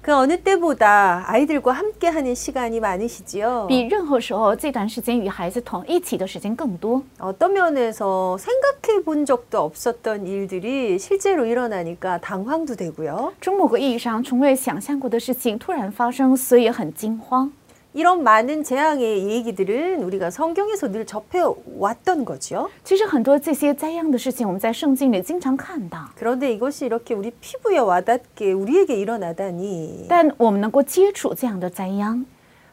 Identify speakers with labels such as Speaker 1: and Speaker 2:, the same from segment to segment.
Speaker 1: 그 어느 때보다 아이들과 함께하는 시간이 많으시지요.
Speaker 2: 比任何时候这段时间与孩子同一起的时间更多。
Speaker 1: 어떤 면에서 생각해 본 적도 없었던 일들이 실제로 일어나니까 당황도 되고요.
Speaker 2: 从某个意义上，从未想象过的事情突然发生，所以也很惊慌。
Speaker 1: 이런 많은 재앙의 얘기들은 우리가 성경에서 늘 접해 왔던 거죠.
Speaker 2: 其实很多这些灾殃的事情，我们在圣经里经常看到，
Speaker 1: 그런데 이것이 이렇게 우리 피부에 와닿게 우리에게 일어나다니.
Speaker 2: 但我们能够接触这样的灾殃，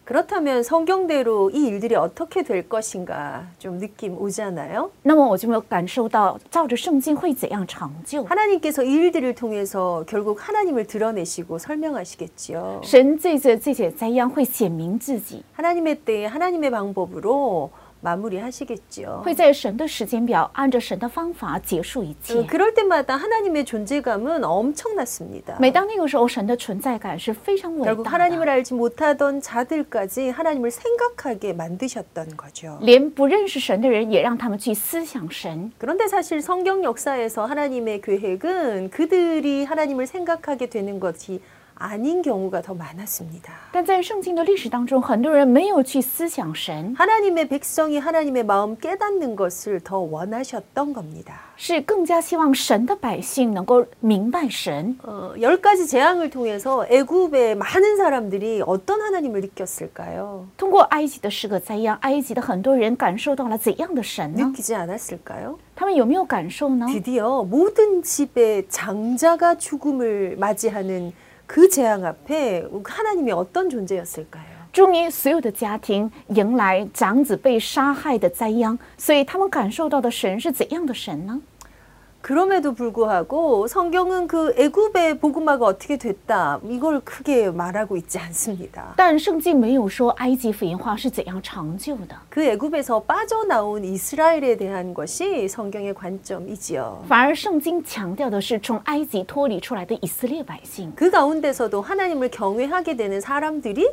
Speaker 1: 그렇다면 성경대로 이 일들이 어떻게 될 것인가 좀 느낌 오잖아요.
Speaker 2: 那么我就没有感受到照着圣经会怎样长久。
Speaker 1: 하나님께서 이 일들을 통해서 결국 하나님을 드러내시고 설명하시겠지요.
Speaker 2: 神这些这些灾殃会显明自己，
Speaker 1: 嗯 하나님의 때에 하나님의 방법으로 마무리하시겠지요.
Speaker 2: 会在神的时间表按着神的方法结束一切
Speaker 1: 어, 。 그럴 때마다 하나님의 존재감은 엄청났습니다.
Speaker 2: 每当那个时候，神的存在感是非常伟
Speaker 1: 결국
Speaker 2: 大的
Speaker 1: 하나님을 ， 알지 못하던 자들까지 하나님을 생각하게 만드셨던 거죠.
Speaker 2: 连不认识神的人也让他们去思想神。
Speaker 1: 그런데 사실 성경 역사에서 하나님의 계획은 그들이 하나님을 생각하게 되는 것이 아닌 경우가 더 많았습니다.
Speaker 2: 但在圣经的历史当中，很多人没有去思想神，
Speaker 1: 하나님의 백성이 하나님의 마음 깨닫는 것을 더 원하셨던 겁니다.
Speaker 2: 是更加希望神的百姓能够明白神。
Speaker 1: 어, 열 가지 재앙을 통해서 애굽의 많은 사람들이 어떤 하나님을 느꼈을까요?
Speaker 2: 通过埃及的十个灾殃，埃及的很多人感受到了怎样的神呢？
Speaker 1: 느끼지 않았을까요?
Speaker 2: 他们有没有感受呢？
Speaker 1: 드디어 모든 집에 장자가 죽음을 맞이하는 그 재앙 앞에 하나님이 어떤 존재였을까요?
Speaker 2: 终于，所有的家庭迎来长子被杀害的灾殃，所以他们感受到的神是怎样的神呢？
Speaker 1: 그럼에도 불구하고 성경은 그 애굽의 복음화가 어떻게 됐다 이걸 크게 말하고 있지 않습니다.
Speaker 2: 但圣经没有说埃及福音化是怎样长久的，
Speaker 1: 그 애굽에서 빠져나온 이스라엘에 대한 것이 성경의 관점이지요.
Speaker 2: 反而圣经强调的是从埃及脱离出来的以色列百姓。
Speaker 1: 그 가운데서도 하나님을 경외하게 되는 사람들이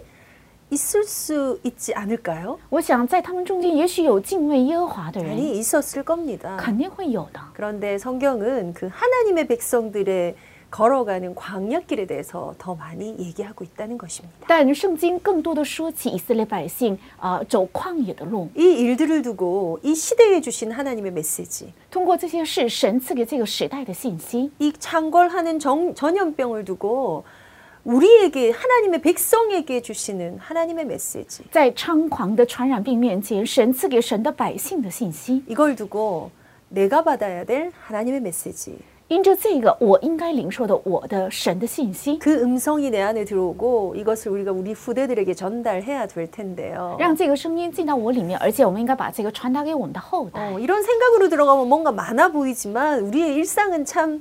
Speaker 1: 있을 수 있지 않을까요?
Speaker 2: 我想，在他们中间，也许有敬畏耶和华的人，
Speaker 1: 아니 있었을 겁니다.
Speaker 2: 肯定会有的。
Speaker 1: 그런데 성경은 그 하나님의 백성들의 걸어가는 광약길에 대해서 더 많이 얘기하고 있다는 것입니다.
Speaker 2: 但圣经更多的说起以色列百姓啊、呃走旷野的路，
Speaker 1: 이 일들을 두고 이 시대에 주신 하나님의 메시지,
Speaker 2: 通过这些事，神赐给这个时代的信息。
Speaker 1: 이 창궐하는 정- 전염병을 두고 우리에게 하나님의 백성에게 주시는 하나님의 메시지
Speaker 2: 在猖狂的传染病面前，神赐给神的百姓的信息，
Speaker 1: 이걸 두고 내가 받아야 될 하나님의 메시지
Speaker 2: 因着这个，我应该领受的我的神的信息，
Speaker 1: 그 음성이 내 안에 들어오고 이것을 우리가 우리 후대들에게 전달해야 될 텐데요.
Speaker 2: 让这个声音进到我里面，而且我们应该把这个传达给我们的后代
Speaker 1: 어, 。 이런 생각으로 들어가면 뭔가 많아 보이지만 우리의 일상은 참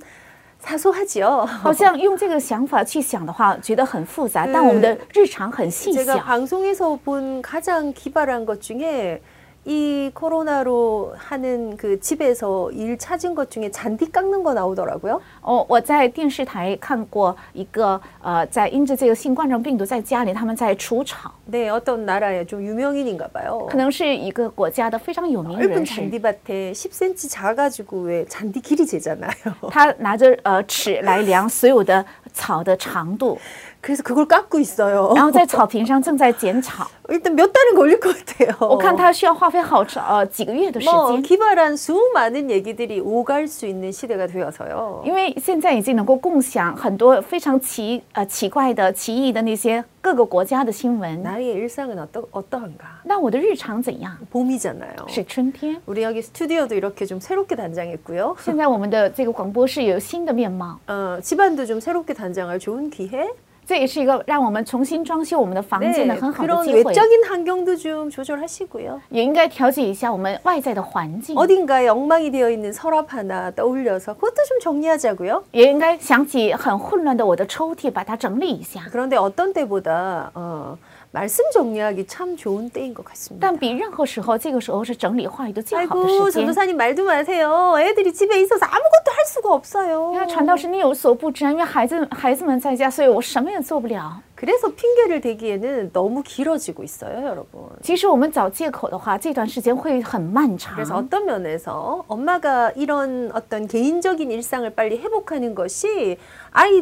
Speaker 1: 사소하지요.
Speaker 2: 好像用这个想法去想的话，觉得很复杂，但我们的日常很细
Speaker 1: 제가
Speaker 2: 小。
Speaker 1: 방송에서 본 가장 기발한 것 중에 이 코로나로 하는 그 집에서 일 찾은 것 중에 잔디 깎는 거 나오더라고요.
Speaker 2: 哦，我在电视台看过一个，呃，在因着这个新冠状病毒，在家里他们在除草。
Speaker 1: 네, 어떤 나라의 좀 유명인인가 봐요.
Speaker 2: 可能是一个国家的非常有名的
Speaker 1: 넓은
Speaker 2: 人士，
Speaker 1: 잔디밭에 10cm 작아가지고 왜 잔디 길이 재잖아요.
Speaker 2: 他拿着呃尺来量所有的草的长度，
Speaker 1: 그래서 그걸 깎고 있어요.
Speaker 2: 然后在草坪上正在剪草。
Speaker 1: 일단 몇 달은 걸릴 것 같아요.
Speaker 2: 我看他需要花费好长呃几个月的时
Speaker 1: 뭐
Speaker 2: 间，
Speaker 1: 기발한 수많은 얘기들이 오갈 수 있는 시대가 되어서요.
Speaker 2: 因为现在已经能够共享很多非常奇呃奇怪的、奇异的那些各个国家的新闻。
Speaker 1: 나의 일상은 어떠, 어떠한가?
Speaker 2: 那我的日常怎样？
Speaker 1: 봄이잖아요.
Speaker 2: 是春天。
Speaker 1: 우리 여기 스튜디오도 이렇게 좀 새롭게 단장했고요.
Speaker 2: 现在我们的这个广播室有新的面貌，
Speaker 1: 어, 집안도 좀 새롭게 단장할 좋은 기회.
Speaker 2: 这也是一个让我们重新装修我们的房
Speaker 1: 네,
Speaker 2: 间的很好的
Speaker 1: 그런
Speaker 2: 机会，
Speaker 1: 외적인 환경도 좀 조절하시고요.
Speaker 2: 也应该调节一下我们外在的环境。
Speaker 1: 어딘가에 엉망이 되어 있는 서랍 하나 떠올려서 그것도 좀 정리하자고요.
Speaker 2: 也应该想起很混乱的我的抽屉，把它整理一下。
Speaker 1: 그런데 어떤 때보다 어, 말씀 정리하기 참 좋은 때인 것 같습니다.
Speaker 2: 但比任何时候，这个时候是整理话语的最好的
Speaker 1: 아이고
Speaker 2: 时间。
Speaker 1: 전도사님 말도 마세요. 애들이 집에 있어서 아무것도 할 수가 없어요.
Speaker 2: 因为传道是你有所不知啊，因为孩子孩子们在家，所以我什么也做不了。
Speaker 1: 그래서 핑계를 대기에는 너무 길어지고 있어요, 여러분.
Speaker 2: 其实我们找借口的话，这段时间会很漫
Speaker 1: 그래서
Speaker 2: 长。
Speaker 1: 어떤 면에서 엄마가 이런 어떤 개인적인 일상을 빨리 회복하는 것이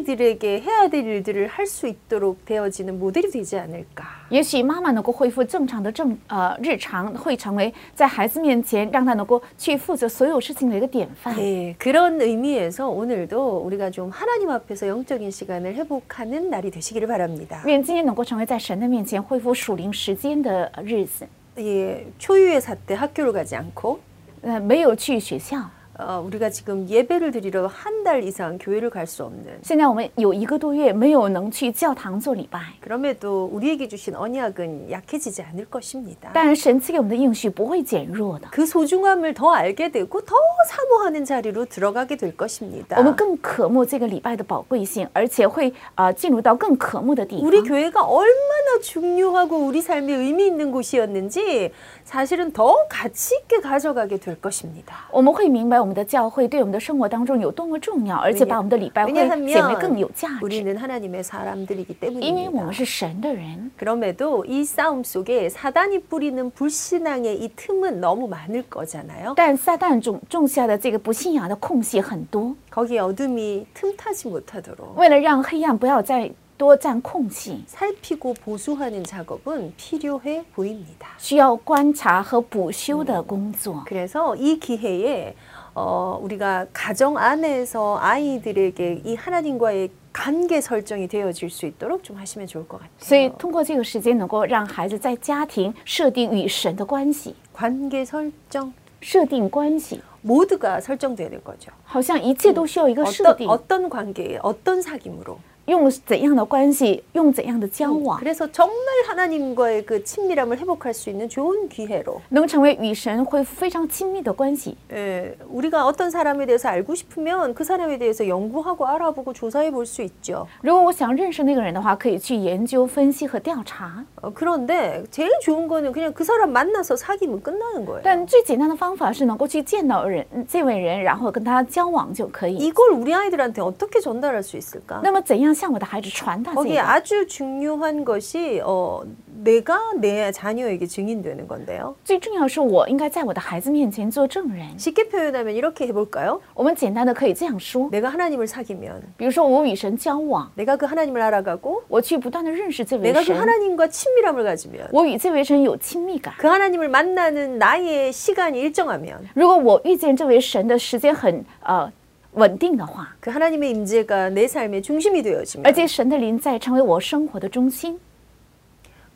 Speaker 1: 아이들에게 해야 될 일들을 할 수 있도록 되어지는 모델이 되지 않을까.
Speaker 2: 也许妈妈能够恢复正常的正呃日常，会成为在孩子面前让他能够去负责所有事情的一个典范。
Speaker 1: 네, 그런 의미에서 오늘도 우리가 좀 하나님 앞에서 영적인 시간을 회복하는 날이 되시기를 바랍니다.
Speaker 2: 愿今天能够成为在神的面前恢复属灵时间的呃日子。
Speaker 1: 예, 초유의 사태 학교를 가지 않고
Speaker 2: 呃，没有去学校，
Speaker 1: 어, 우리가 지금 예배를 드리러 한 달 이상 교회를 갈 수 없는
Speaker 2: 现在我们有一个多月没有能去教堂做礼拜，
Speaker 1: 그럼에도 우리에게 주신 언약은 약해지지 않을 것입니다.
Speaker 2: 但神赐给我们的应许不会减弱的，
Speaker 1: 그 소중함을 더 알게 되고 더 사모하는 자리로 들어가게 될 것입니다.
Speaker 2: 我们更渴慕这个礼拜的宝贵性，而且会呃进入到更渴慕的地
Speaker 1: 우리
Speaker 2: 方。
Speaker 1: 교회가 얼마나 중요하고 우리 삶에 의미 있는 곳이었는지 사실은 더 가치 있게 가져가게 될 것입니다.
Speaker 2: 我们会明白我们的教会对我们的生活当中有多么重要，而且把我们的礼
Speaker 1: 아,
Speaker 2: 拜会显
Speaker 1: 啊
Speaker 2: 得更有
Speaker 1: 왜냐하면
Speaker 2: 价值，
Speaker 1: 우리는 하나님의 사람들이기
Speaker 2: 因为我
Speaker 1: 때문입니다.
Speaker 2: 们是神的人。
Speaker 1: 그럼에도 이 싸움 속에 사단이 뿌리는 불신앙의 이 틈은 너무 많을 거잖아요.
Speaker 2: 但撒旦种种下的这个不信仰的空隙很多，
Speaker 1: 거기에 어둠이 틈타지 못하도록
Speaker 2: 为了让黑暗不要再多占空隙，
Speaker 1: 살피고 보수하는 작업은 필요해 보입니다.
Speaker 2: 需要观察和补修的工作。
Speaker 1: 그래서 이 기회에 어, 우리가 가정 안에서 아이들에게 이 하나님과의 관계 설정이 되어질 수 있도록 좀 하시면 좋을 것
Speaker 2: 所以
Speaker 1: 같아요.
Speaker 2: 通过这个时间，能够让孩子在家庭设定与神的关系，
Speaker 1: 관계 설정
Speaker 2: 设定关系，
Speaker 1: 모두가 설정돼야 될 거죠.
Speaker 2: 好像一切都需要一个设
Speaker 1: 어떤,
Speaker 2: 定，
Speaker 1: 어떤 관계에 어떤 사귐으로.
Speaker 2: 用怎样的关系，用怎样的交往，
Speaker 1: 그래서 정말 하나님과의 그 친밀함을 회복할 수 있는 좋은 기회로
Speaker 2: 能成为与神恢复非常亲密的关系。
Speaker 1: 예, 우리가 어떤 사람에 대해서 알고 싶으면 그 사람에 대해서 연구하고 알아보고 조사해 볼 수 있죠.
Speaker 2: 如果我想认识那个人的话，可以去研究、分析和调查。
Speaker 1: 어, 그런데 제일 좋은 거는 그냥 그 사람 만나서 사귀면 끝나는 거예요.
Speaker 2: 但最简单的方法是能够去见到人这位人，然后跟他交往就可以。
Speaker 1: 이걸 우리 아이들한테 어떻게 전달할 수 있을까?
Speaker 2: 那么，怎样向我的孩子传达这
Speaker 1: 거기에
Speaker 2: 个？
Speaker 1: 아주 중요한 것이 어, 내가 내 자녀에게 증인되는 건데요.
Speaker 2: 最重要的是，我应该在我的孩子面前做证人。
Speaker 1: 쉽게 표현하면 이렇게 해볼까요?
Speaker 2: 我们简单的可以这样说，
Speaker 1: 내가 하나님을 사귀면
Speaker 2: 比如说我与神交往，
Speaker 1: 내가 그 하나님을 알아가고
Speaker 2: 我去不断的认识这位
Speaker 1: 내가 그
Speaker 2: 神，
Speaker 1: 하나님과 친밀함을 가지면
Speaker 2: 我与这位神有亲密感。
Speaker 1: 그 하나님을 만나는 나의 시간이 일정하면
Speaker 2: 如果我遇见这位神的时间很呃稳定的话，
Speaker 1: 그 하나님의 임재가 내 삶의 중심이
Speaker 2: 而
Speaker 1: 되어지면
Speaker 2: 且神的临在成为我生活的中心，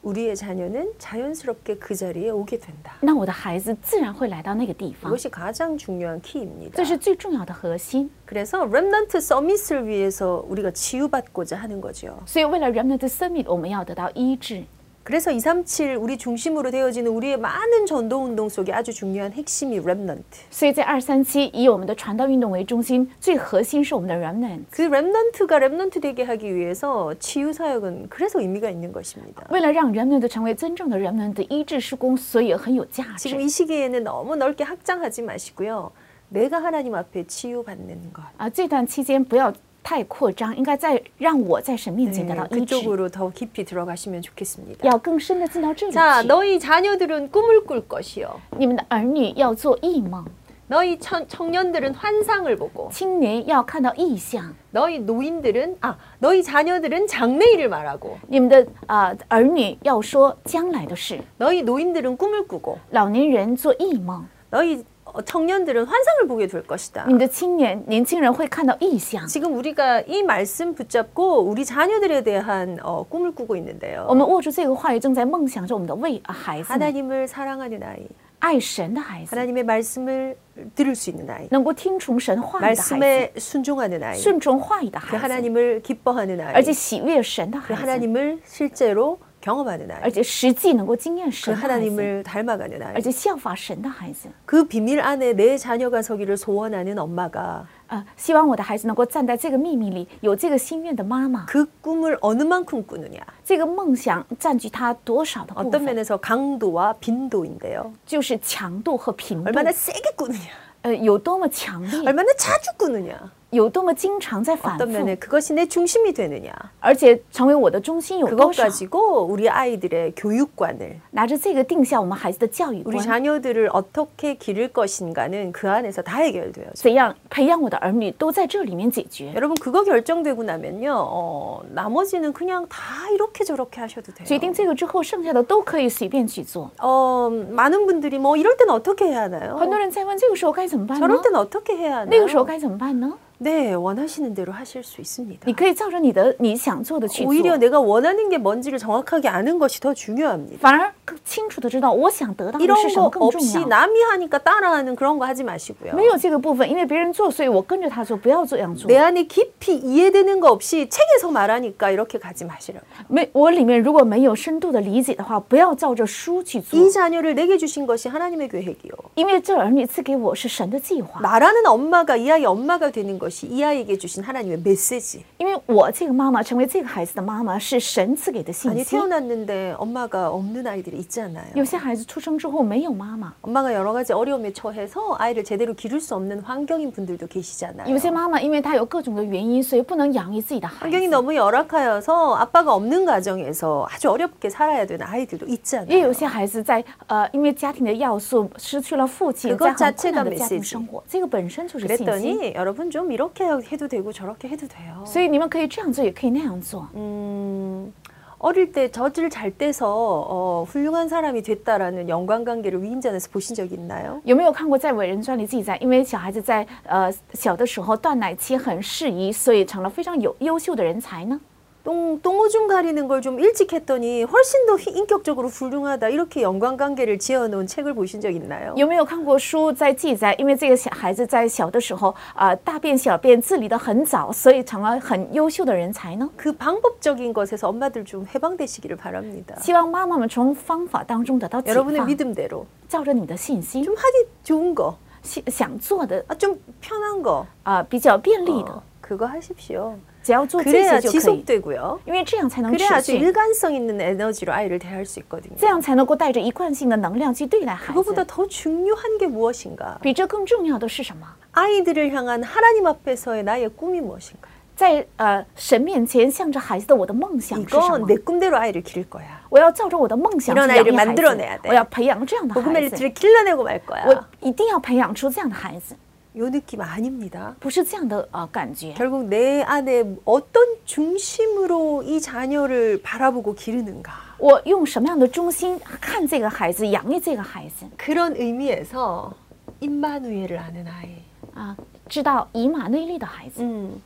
Speaker 1: 우리의 자녀는 자연스럽게 그 자리에 오게 된다.
Speaker 2: 那我的孩子自然会来到那个地方。
Speaker 1: 이것이 가장 중요한 키입니다.
Speaker 2: 这是最重要的核心。
Speaker 1: 그래서 렘넌트 서밋을 위해서 우리가 치유받고자 하는 거죠.
Speaker 2: 所以，为了 Remnant Summit，我们要得到医治。
Speaker 1: 그래서 237 우리 중심으로 되어지는 우리의 많은 전도 운동 속에 아주 중요한 핵심이 렘넌트.
Speaker 2: 所以在二三七以我们的传道运动为中心，最核心是我们的 Remnant。
Speaker 1: 그 렘넌트가 렘넌트 되게 하기 위해서 치유 사역은 그래서 의미가 있는 것입니다.
Speaker 2: 为了让 Remnant 成为真正的 Remnant 医治施工，所以很有价
Speaker 1: 지금
Speaker 2: 值。
Speaker 1: 이 시기에는 너무 넓게 확장하지 마시고요. 내가 하나님 앞에 치유받는 것.
Speaker 2: 啊，这段期间不要太扩张，应该在让我
Speaker 1: 嗯
Speaker 2: 在神面前
Speaker 1: 네,
Speaker 2: 得到医治，
Speaker 1: 그쪽으로 더 깊이 들어가시면 좋겠습니다.
Speaker 2: 要更深的进到这里
Speaker 1: 자,
Speaker 2: 去。
Speaker 1: 너희 자녀들은 꿈을 꿀 것이요.
Speaker 2: 你们的儿女要做异梦，
Speaker 1: 너희 천, 청년들은 환상을 보고
Speaker 2: 青年要看到异象，
Speaker 1: 너희 노인들은 아 너희 자녀들은 장래일을 말하고
Speaker 2: 你们的啊、呃儿女要说将来的事，
Speaker 1: 너희 노인들은 꿈을 꾸고
Speaker 2: 老年人做异梦，
Speaker 1: 너희 어, 청년들은 환상을 보게 될 것이다.
Speaker 2: 你们的青年年轻人会看到异象。
Speaker 1: 지금 우리가 이 말씀 붙잡고 우리 자녀들에 대한 어, 꿈을 꾸고
Speaker 2: 我
Speaker 1: 있는데요.
Speaker 2: 们握住这个话语，正在梦想着我们的未啊孩子们，
Speaker 1: 하나님을 사랑하는 아이,
Speaker 2: 爱神的孩子，
Speaker 1: 하나님의 말씀을 들을 수 있는 아이,
Speaker 2: 能够听从神话语的孩
Speaker 1: 말씀에 순종하는 아이,
Speaker 2: 子，顺从话语的
Speaker 1: 그
Speaker 2: 孩子，
Speaker 1: 하나님을 기뻐하는
Speaker 2: 而
Speaker 1: 아이,
Speaker 2: 且喜悦神的
Speaker 1: 그
Speaker 2: 孩子，
Speaker 1: 하나님을 실제로 경험하는
Speaker 2: 而
Speaker 1: 아이,
Speaker 2: 且实际能够经验
Speaker 1: 그
Speaker 2: 神的孩子，
Speaker 1: 하나님을 닮아가는 아이.
Speaker 2: 而且效法神的孩子。
Speaker 1: 그 비밀 안에 내 자녀가 서기를 소원하는 엄마가
Speaker 2: 啊，希望我的孩子能够站在这个秘密里，有这个心愿的妈妈，
Speaker 1: 그 꿈을 어느 만큼 꾸느냐.
Speaker 2: 这个梦想占据他多少的部
Speaker 1: 어떤
Speaker 2: 分，
Speaker 1: 면에서 강도와 빈도인데요.
Speaker 2: 就是强度和频率，
Speaker 1: 얼마나 세게 꾸느냐.
Speaker 2: 呃，有多么强烈，
Speaker 1: 얼마나 자주 꾸느냐.
Speaker 2: 有多么经常在反
Speaker 1: 어떤
Speaker 2: 复，
Speaker 1: 면에 그것이 내 중심이 되느냐.
Speaker 2: 而且成为我的中心有多
Speaker 1: 그것
Speaker 2: 少？
Speaker 1: 가지고 우리 아이들의 교육관을
Speaker 2: 拿着这个定下我们孩子的教育
Speaker 1: 우리
Speaker 2: 观，
Speaker 1: 자녀들을 어떻게 기를 것인가는 그 안에서 다 해결돼요.
Speaker 2: 怎样培养我的儿女都在这里面解决。
Speaker 1: 여러분 그거 결정되고 나면요, 어, 나머지는 그냥 다 이렇게 저렇게 하셔도 돼요.
Speaker 2: 决定这个之后，剩下的都可以随便去做。
Speaker 1: 어, 많은 분들이 뭐 이럴 땐 어떻게 해야 하나요? 네, 그렇죠.
Speaker 2: 很多人在问这个时候该怎么办呢？
Speaker 1: 저럴 땐 어떻게 해야
Speaker 2: 那
Speaker 1: 하나요?
Speaker 2: 个时候该怎么办呢？
Speaker 1: 네, 원하시는 대로 하실 수 있습니다.
Speaker 2: 你可以照着你的你想做的去
Speaker 1: 오히려
Speaker 2: 做，
Speaker 1: 내가 원하는 게 뭔지를 정확하게 아는 것이 더 중요합니다.
Speaker 2: 反而更清楚的知道我想得到的
Speaker 1: 이런
Speaker 2: 是什
Speaker 1: 거
Speaker 2: 么更重
Speaker 1: 없이
Speaker 2: 要。
Speaker 1: 남이 하니까 따라하는 그런 거 하지 마시고요.
Speaker 2: 没有这个部分，因为别人做，所以我跟着他做，不要这样做
Speaker 1: 내 。 안에 깊이 이해되는 거 없이 책에서 말하니까 이렇게 가지 마시라고.
Speaker 2: 没，我里面如果没有深度的理解的话，不要照着书去做，
Speaker 1: 이 자녀를 내게 주신 것이 하나님의 계획이요.
Speaker 2: 因为这儿女赐给我是神的计划，
Speaker 1: 말하는 엄마가 이 아이의 엄마가 되는 것이 이 아이에게 주신 하나님의 메시지.
Speaker 2: 因为我这个妈妈成为这个孩子的妈妈是神赐给
Speaker 1: 아니
Speaker 2: 的信息。
Speaker 1: 태어났는데 엄마가 없는 아이들이 있잖아요.
Speaker 2: 有些孩子出生之后没有妈妈，
Speaker 1: 엄마가 여러 가지 어려움에 처해서 아이를 제대로 기를 수 없는 환경인 분들도 계시잖아요.
Speaker 2: 有些妈妈因为她有各种的原因，所以不能养育自己的孩
Speaker 1: 환경이
Speaker 2: 子。
Speaker 1: 너무 열악하여서 아빠가 없는 가정에서 아주 어렵게 살아야 되는 아이들도
Speaker 2: 也
Speaker 1: 예, 있잖아요.
Speaker 2: 有些孩子在呃，因为家庭的要素失去了父亲，
Speaker 1: 그것
Speaker 2: 在很
Speaker 1: 자체가
Speaker 2: 困难的家庭
Speaker 1: 메시지
Speaker 2: 生活，这个本身就是信息。
Speaker 1: 그랬더니 여러분 좀 이렇게 해도 되고 저렇게 해도 돼요.
Speaker 2: 所以你们可以这样做，也可以那样做。
Speaker 1: 음, 어릴 때 젖을 잘 떼서 어, 훌륭한 사람이 됐다라는 연관관계를 위인전에서 보신 적 있나요?
Speaker 2: 有没有看过在伟人传里记载，因为小孩子在呃小的时候断奶期很适宜，所以成了非常有优秀的人才呢？
Speaker 1: 똥, 똥오줌 가리는 걸 좀 일찍 했더니 훨씬 더 희- 인격적으로 훌륭하다 이렇게 연관관계를 지어놓은 책을 보신 적 있나요?
Speaker 2: 有没有看过书在记载，因为这个小孩子在小的时候啊、呃大便小便自理的很早，所以成了很优秀的人才呢？
Speaker 1: 그 방법적인 것에서 엄마들 좀 해방되시기를 바랍니다.
Speaker 2: 希望妈妈们从方法当中得到解
Speaker 1: 여러분의
Speaker 2: 放，
Speaker 1: 믿음대로
Speaker 2: 照着你的信心
Speaker 1: 좀 하기 좋은 거,
Speaker 2: 想想做的
Speaker 1: 아, 좀 편한 거
Speaker 2: 啊、比较便利
Speaker 1: 어,
Speaker 2: 的，
Speaker 1: 그거 하십시오.
Speaker 2: 只要做这
Speaker 1: 그래야
Speaker 2: 些就可以，
Speaker 1: 지속되고요.
Speaker 2: 因为这样才能
Speaker 1: 그래야
Speaker 2: 持
Speaker 1: 아주
Speaker 2: 续，
Speaker 1: 일관성 있는 에너지로 아이를 대할 수 있거든요.
Speaker 2: 这样才能够带着一贯性的能量去对待孩
Speaker 1: 그거보다
Speaker 2: 子。
Speaker 1: 더 중요한 게 무엇인가?
Speaker 2: 比这更重要的是什么？
Speaker 1: 아이들을 향한 하나님 앞에서의 나의 꿈이 무엇인가?
Speaker 2: 在呃神面前向着孩子的我的梦想是什
Speaker 1: 이건
Speaker 2: 么
Speaker 1: 내 ？ 꿈대로 아이를 기를 거야.
Speaker 2: 我要照着我的梦想去
Speaker 1: 이런
Speaker 2: 养育
Speaker 1: 아이를
Speaker 2: 孩子
Speaker 1: 만들어내야 돼
Speaker 2: 我要培养这样呃的孩
Speaker 1: 복음의
Speaker 2: 子，
Speaker 1: 들을 길러내고 말 거야.
Speaker 2: 我一定要培养出这样的孩子，
Speaker 1: 어, 요 느낌 아닙니다.
Speaker 2: 不是这样的呃感觉。
Speaker 1: 결국 내 안에 어떤 중심으로 이 자녀를 바라보고 기르는가.
Speaker 2: 我用什么样的中心看这个孩子，养育这个孩子
Speaker 1: 그런 의미에서 임마누엘을 아는 아이.
Speaker 2: 啊，知道以马内利的孩子，
Speaker 1: 음.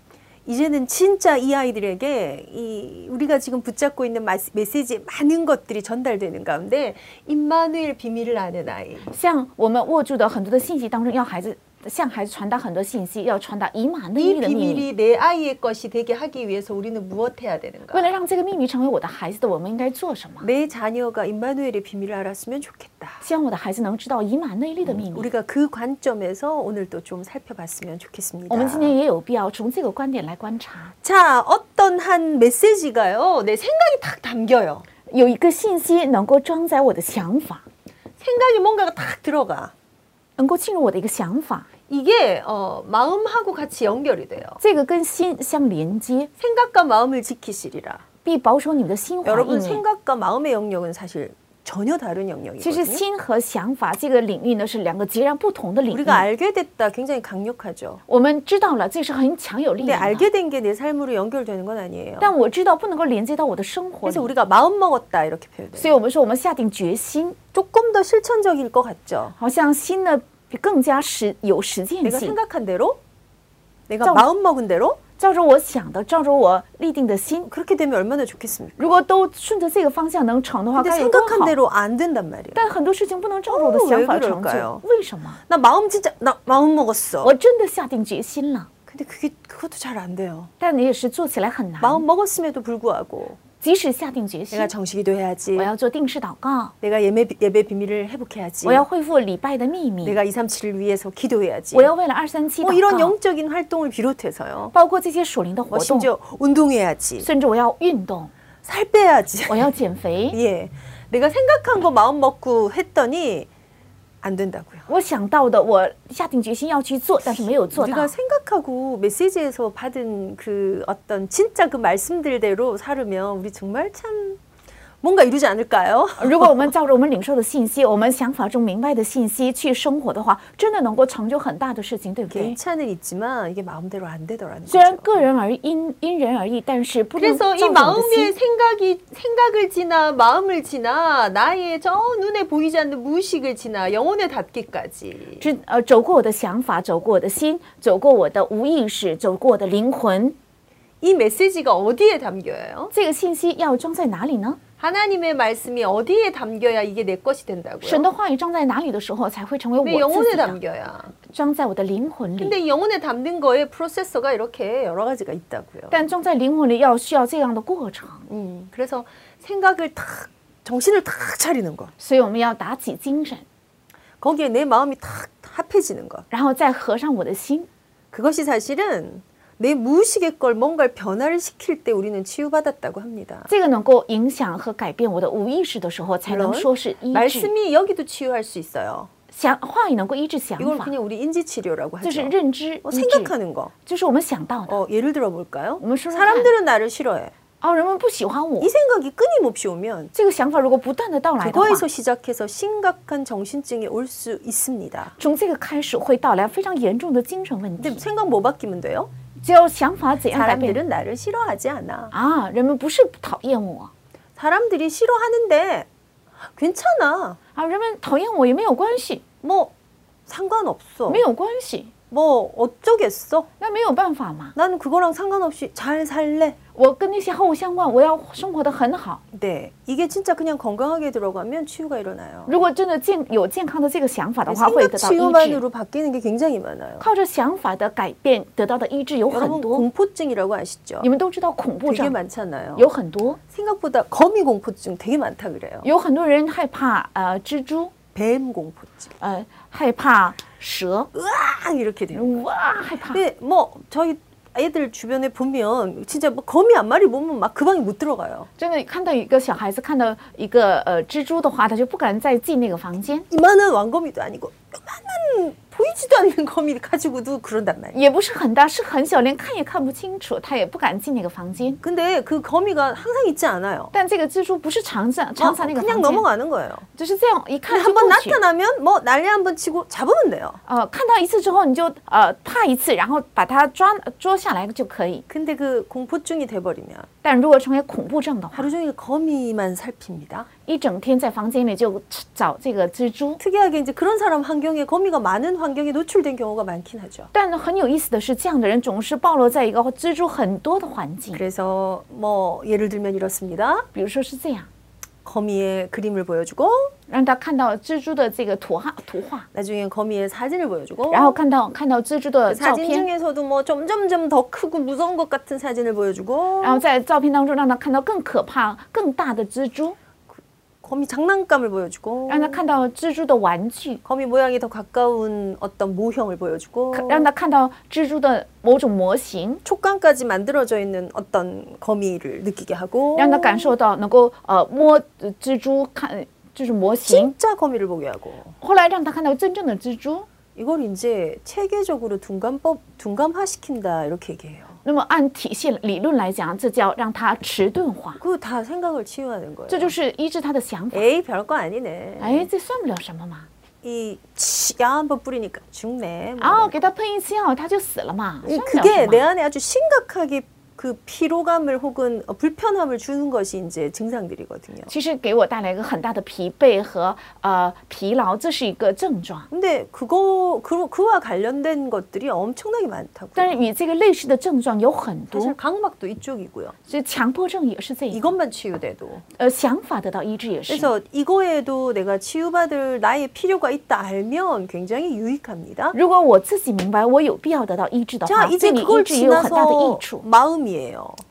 Speaker 1: 이제는 진짜 이 아이들에게 이 우리가 지금 붙잡고 있는 마시- 메시지의 많은 것들이 전달되는 가운데 임마누엘 비밀을 아는 아이.
Speaker 2: 像我们握住的很多的信息当中，要孩子向孩子传达很多信息，要传达以马内
Speaker 1: 이
Speaker 2: 利的秘密。
Speaker 1: 비밀이 내 아이의 것이 되게 하기 위해서 우리는 무엇 해야
Speaker 2: 为
Speaker 1: 되는가?
Speaker 2: 了让这个秘密成为我的孩子的，我们应该做什么？
Speaker 1: 내 자녀가 임마누엘의 비밀을 알았으면 좋겠다.
Speaker 2: 希望我的孩子能知道以马内利嗯的秘密。
Speaker 1: 우리가 그 관점에서 오늘 또 좀 살펴봤으면
Speaker 2: 我们今天
Speaker 1: 좋겠습니다.
Speaker 2: 也有必要从这个观点来观察。
Speaker 1: 자, 어떤 한 메시지가요, 내 생각이 탁 담겨요.
Speaker 2: 有一个信息能够装载我的想法，
Speaker 1: 생각이 뭔가가 탁 들어가.
Speaker 2: 能够进入我的一个想法，
Speaker 1: 이게 어, 마음하고 같이 연결이 돼요.
Speaker 2: 这个跟心相连接，
Speaker 1: 생각과 마음을 지키시리라.
Speaker 2: 必保守你们的心怀意
Speaker 1: 여러분
Speaker 2: 念。
Speaker 1: 생각과 아, 마음의 영역은 사실 전혀 다른
Speaker 2: 其实
Speaker 1: 영역이거든요.
Speaker 2: 心和想法这个领域呢是两个截然不同的领域
Speaker 1: 우리가 。 알게 됐다 굉장히 강력하죠.
Speaker 2: 我们知道了，这是很强有力
Speaker 1: 근데
Speaker 2: 量的。
Speaker 1: 알게 된 게 내 삶으로 연결되는 건 아니에요.
Speaker 2: 但我知道不能够连接到我的生活里
Speaker 1: 그래서 ， 우리가 마음 먹었다 이렇게 표현해요.
Speaker 2: 所以我们说我们下定决心，
Speaker 1: 조금 더 실천적일 것 같죠.
Speaker 2: 好像心呢更加实有实践
Speaker 1: 내가
Speaker 2: 性，
Speaker 1: 생각한 대로, 내가
Speaker 2: 좀-
Speaker 1: 마음 먹은 대로
Speaker 2: 照着我想的，照着我立定的心，
Speaker 1: 그렇게 되면 얼마나 좋겠습니까?
Speaker 2: 如果都顺着这个方向能成的话，
Speaker 1: 근데
Speaker 2: 该有多
Speaker 1: 생각한
Speaker 2: 好！
Speaker 1: 대로 안 된단 말이에요.
Speaker 2: 但很多事情不能照着我的想法成
Speaker 1: 哦왜그럴까요
Speaker 2: 就，为什么？
Speaker 1: 나 마음 진짜 나 마음 먹었어.
Speaker 2: 我真的下定决心了，
Speaker 1: 근데 그게 그것도 잘 안 돼요.
Speaker 2: 但你也是做起来很难。
Speaker 1: 마음 먹었음에도 불구하고
Speaker 2: 即使下定决心
Speaker 1: 내가 ， 정식이도 해야지.
Speaker 2: 我要做定时祷告，
Speaker 1: 내가 예배, 예배 비밀을 회복해야지.
Speaker 2: 我要恢复礼拜的秘密，
Speaker 1: 내가 237을 위해서 기도해야지.
Speaker 2: 我要为了二三七
Speaker 1: 뭐 이런
Speaker 2: 祷告，
Speaker 1: 영적인 활동을 비롯해서요.
Speaker 2: 包括这些属灵的活
Speaker 1: 뭐
Speaker 2: 动，
Speaker 1: 심지어 운동해야지.
Speaker 2: 甚至我要运动，
Speaker 1: 살 빼야지.
Speaker 2: 我要减肥。
Speaker 1: 예. 내가 생각한 거 마음 먹고 했더니 안 된다고요.
Speaker 2: 我想到的，我下定决心要去做，但是没有做到
Speaker 1: 우리가 。 생각하고 메시지에서 받은 그 어떤 진짜 그 말씀들대로 살으면 우리 정말 참 뭔가 이루지 않을까요?
Speaker 2: 如果我们照着我们领受的信息，我们想法中明白的信息去生活的话，真的能够成就很大的事情，对不
Speaker 3: 네.
Speaker 2: 对？
Speaker 1: 괜찮은 있지만 이게 마음대로 안 되더라는
Speaker 2: 虽然
Speaker 1: 거죠.
Speaker 2: 个人而因因人而异，但是不能照
Speaker 3: 그래서 이
Speaker 2: 着我们的
Speaker 3: 마음의
Speaker 2: 心。
Speaker 3: 생각이 생각을 지나 마음을 지나 나의 저 눈에 보이지 않는 무의식을 지나 영혼에 닿기까지
Speaker 2: 只呃，走过我的想法，走过我的心，走过我的无意识，走过我的灵魂。
Speaker 3: 이 메시지가 어디에 담겨요?
Speaker 2: 这个信息要装在哪里呢？
Speaker 3: 하나님의 말씀이 어디에 담겨야 이게 내 것이 된다고요?
Speaker 2: 神的话语装在哪里的时候，才会成为
Speaker 3: 내
Speaker 2: 我自
Speaker 3: 영혼에
Speaker 2: 己的，
Speaker 3: 담겨야.
Speaker 2: 装在我的灵魂里。
Speaker 3: 근데 이 영혼에 담는 거에 프로세서가 이렇게 여러
Speaker 1: 여러 가지가 있다고요.
Speaker 2: 但装在灵魂里要需要这样的过程，
Speaker 1: 네. 음, 그래서 생각을 탁 정신을 탁 차리는 거.
Speaker 2: 所以我们要打起精神，
Speaker 1: 거기에 내 마음이 탁 합해지는 것.
Speaker 2: 然后再合上我的心。
Speaker 1: 그것이 사실은 내 무의식의 걸 뭔가를 변화를 시킬 때 우리는 치유받았다고 합니다.
Speaker 2: 这个能够影响和改变我的无意识的时候，才能说是医治。
Speaker 1: 말씀이 여기도 치유할 수 있어요.
Speaker 2: 想话语能够医治想
Speaker 1: 이걸
Speaker 2: 法，
Speaker 1: 그냥 우리 인지 치료라고
Speaker 2: 就
Speaker 1: 하죠.
Speaker 2: 是认知医
Speaker 1: 어,
Speaker 2: 治，
Speaker 1: 생각하는 거.
Speaker 2: 就是我们想到的。
Speaker 1: 어, 예를 들어 볼까요?
Speaker 2: 오늘 술을
Speaker 1: 사람들은 나를 싫어해.
Speaker 2: 哦，人们不喜欢我
Speaker 1: 이 ， 생각이 끊임없이 오면
Speaker 2: 这个想法如果不断的到来的话，
Speaker 1: 그거에서 시작해서 심각한 정신증이 올 수 있습니다.
Speaker 2: 从这个开始会到来非常严重的精神问
Speaker 1: 근데
Speaker 2: 题。
Speaker 1: 생각 뭐 바뀌면 돼요?
Speaker 2: 只要想法怎样改变
Speaker 1: 사람들은 나를 싫어하지 않아.
Speaker 2: 啊，人们不是讨厌我
Speaker 1: 사람들이 싫어하는데 괜찮아.
Speaker 2: 啊，人们讨厌我也没有关系，
Speaker 1: 뭐 상관없어.
Speaker 2: 没有关系，
Speaker 1: 뭐 어쩌겠어?
Speaker 2: 那没有办法嘛。
Speaker 1: 나는 그거랑 상관없이 잘 살래.
Speaker 2: 我跟那些好物相关，我要生活的很好。
Speaker 1: 네. 이게 진짜 그냥 건강하게 들어가면 치유가 일어나요. 네,
Speaker 2: 如果真的健有健康的这个想法的话，会
Speaker 1: 생각
Speaker 2: 得到医治。
Speaker 1: 치유만으로 바뀌는 게 굉장히 많아요.
Speaker 2: 靠着想法的改变得到的医治有很
Speaker 1: 여러분
Speaker 2: 多，
Speaker 1: 공포증이라고 아시죠?
Speaker 2: 你们都知道恐怖
Speaker 1: 되게
Speaker 2: 症
Speaker 1: 많잖아요.
Speaker 2: 有很多，
Speaker 1: 생각보다 거미 공포증 되게 많다 그래요.
Speaker 2: 有很多人害怕呃蜘蛛，
Speaker 1: 뱀 공포증.
Speaker 2: 呃害怕蛇，
Speaker 1: 으악 이렇게 돼요.
Speaker 2: 哇害怕。
Speaker 1: 근데 뭐 저희 애들 주변에 보면 진짜 뭐 거미 한 마리 보면 막 그 방에 못 들어가요.
Speaker 2: 真的看到一个小孩子看到一个呃蜘蛛的话，他就不敢再进那个房间，
Speaker 1: 이만한 왕거미도 아니고 이만한 보이지도 않는 거미를 가지고도 그런단 말이에요.
Speaker 2: 也不是很大，是很小，连看也看不清楚，他也不敢进那个房间。
Speaker 1: 근데 그 거미가 항상 있지 않아요.
Speaker 2: 但这个蜘蛛不是常在常在那
Speaker 1: 어,
Speaker 2: 个
Speaker 1: 그냥
Speaker 2: 房间，
Speaker 1: 넘어가는 거예요.
Speaker 2: 就是这样一看就过
Speaker 1: 한 번
Speaker 2: 去。
Speaker 1: 나타나면 뭐 난리 한 번 치고 잡으면 돼요.
Speaker 2: 呃，看到一次之后你就呃怕一次，然后把它抓捉下来就可以。
Speaker 1: 근데 그 공포증이 돼버리면
Speaker 2: 但如果成为恐怖症的话，
Speaker 1: 하루 종일 거미만 살핍니다.
Speaker 2: 一整天在房间里就找这个蜘蛛。
Speaker 1: 특이하게 이제 그런 사람 환경에 거미가 많은 환경에 노출된 경우가 많긴 하죠.
Speaker 2: 但很有意思的是，这样的人总是暴露在一个蜘蛛很多的环境，
Speaker 1: 그래서 뭐 예를 들면 이렇습니다.
Speaker 2: 比如说是这样，
Speaker 1: 거미의 그림을 보여주고
Speaker 2: 让他看到蜘蛛的这个图画图画，
Speaker 1: 나중에 거미의 사진을 보여주고
Speaker 2: 然后看到看到蜘蛛的
Speaker 1: 그
Speaker 2: 照
Speaker 1: 사진
Speaker 2: 片，
Speaker 1: 중에서도 뭐 점점점 더 크고 무서운 것 같은 사진을 보여주고
Speaker 2: 然后在照片当中让他看到更可怕、更大的蜘蛛，
Speaker 1: 거미 장난감을 보여주고
Speaker 2: 让他看到蜘蛛的玩具，
Speaker 1: 거미 모양이 더 가까운 어떤 모형을 보여주고
Speaker 2: 让他看到蜘蛛的某种模型，
Speaker 1: 촉감까지 만들어져 있는 어떤 거미를 느끼게 하고
Speaker 2: 让他感受到能够呃摸呃蜘蛛看就是模型，
Speaker 1: 진짜 거미를 보게 하고
Speaker 2: 后来让他看到真正的蜘蛛。
Speaker 1: 이걸 이제 체계적으로 둔감법 둔감화 시킨다 이렇게 얘기해요.
Speaker 2: 那么按体系理论来讲，这叫让他迟钝化，
Speaker 1: 그 다 생각을 치유하는 거예요.
Speaker 2: 这就是医治他的想法。
Speaker 1: 에이 별거 아니네.
Speaker 2: 哎，这算不了什么嘛！
Speaker 1: 이약 한 번 뿌리니까 죽네. 뭐.
Speaker 2: 啊、给他喷一次药，他就死了嘛，
Speaker 1: 이-
Speaker 2: 算不了
Speaker 1: 그게
Speaker 2: 什
Speaker 1: 내
Speaker 2: 么。
Speaker 1: 안에 아주 심각하게 그 피로감을 혹은 어, 불편함을 주는 것이 이제 증상들이거든요.
Speaker 2: 其实给我带来一个很大的疲惫和呃疲劳，这是一个症状。
Speaker 1: 근데 그거 그, 그와 관련된 것들이 엄청나게
Speaker 2: 但
Speaker 1: 많다고요.
Speaker 2: 是与这个类似的症状有很
Speaker 1: 네, 사실 예.
Speaker 2: 多，
Speaker 1: 강박도 이쪽이고요.
Speaker 2: 所以强迫症也是这一个，
Speaker 1: 이것만 치유돼도
Speaker 2: 呃，想法得到医治也是。
Speaker 1: 그래서 이거에도 내가 치유받을 나의 필요가 있다 알면 굉장히 유익합니다.
Speaker 2: 如果我自己明白我有必要得到医治的
Speaker 1: 자
Speaker 2: 话，
Speaker 1: 이제
Speaker 2: 对你
Speaker 1: 그걸
Speaker 2: 医治也有很大的益
Speaker 1: 지나서
Speaker 2: 处。
Speaker 1: 마음이에요.